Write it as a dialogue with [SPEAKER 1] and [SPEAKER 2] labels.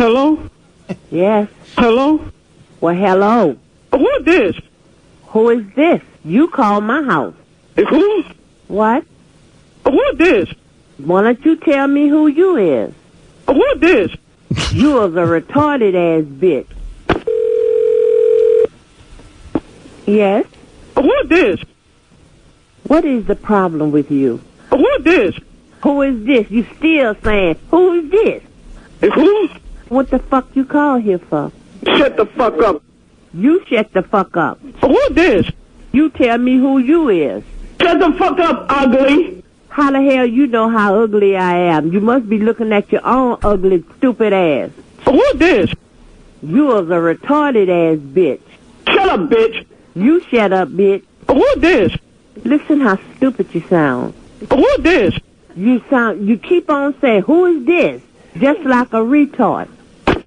[SPEAKER 1] Hello?
[SPEAKER 2] Yes.
[SPEAKER 1] Hello?
[SPEAKER 2] Well, hello.
[SPEAKER 1] Who is this?
[SPEAKER 2] Who is this? You called my house.
[SPEAKER 1] Who?
[SPEAKER 2] What?
[SPEAKER 1] Who is this?
[SPEAKER 2] Why don't you tell me who you is?
[SPEAKER 1] Who is this?
[SPEAKER 2] You are the retarded ass bitch. Yes.
[SPEAKER 1] Who is this?
[SPEAKER 2] What is the problem with you?
[SPEAKER 1] Who is this?
[SPEAKER 2] Who is this? You still saying who is this?
[SPEAKER 1] Who?
[SPEAKER 2] What the fuck you call here for?
[SPEAKER 1] Shut the fuck up.
[SPEAKER 2] You shut the fuck up.
[SPEAKER 1] Who is this?
[SPEAKER 2] You tell me who you is.
[SPEAKER 1] Shut the fuck up, ugly.
[SPEAKER 2] How the hell you know how ugly I am? You must be looking at your own ugly, stupid ass.
[SPEAKER 1] Who is this?
[SPEAKER 2] You are the retarded ass bitch.
[SPEAKER 1] Shut up, bitch.
[SPEAKER 2] You shut up, bitch.
[SPEAKER 1] Who is this?
[SPEAKER 2] Listen how stupid you sound.
[SPEAKER 1] Who is this?
[SPEAKER 2] You sound. You keep on saying, "Who is this?" Just like a retard.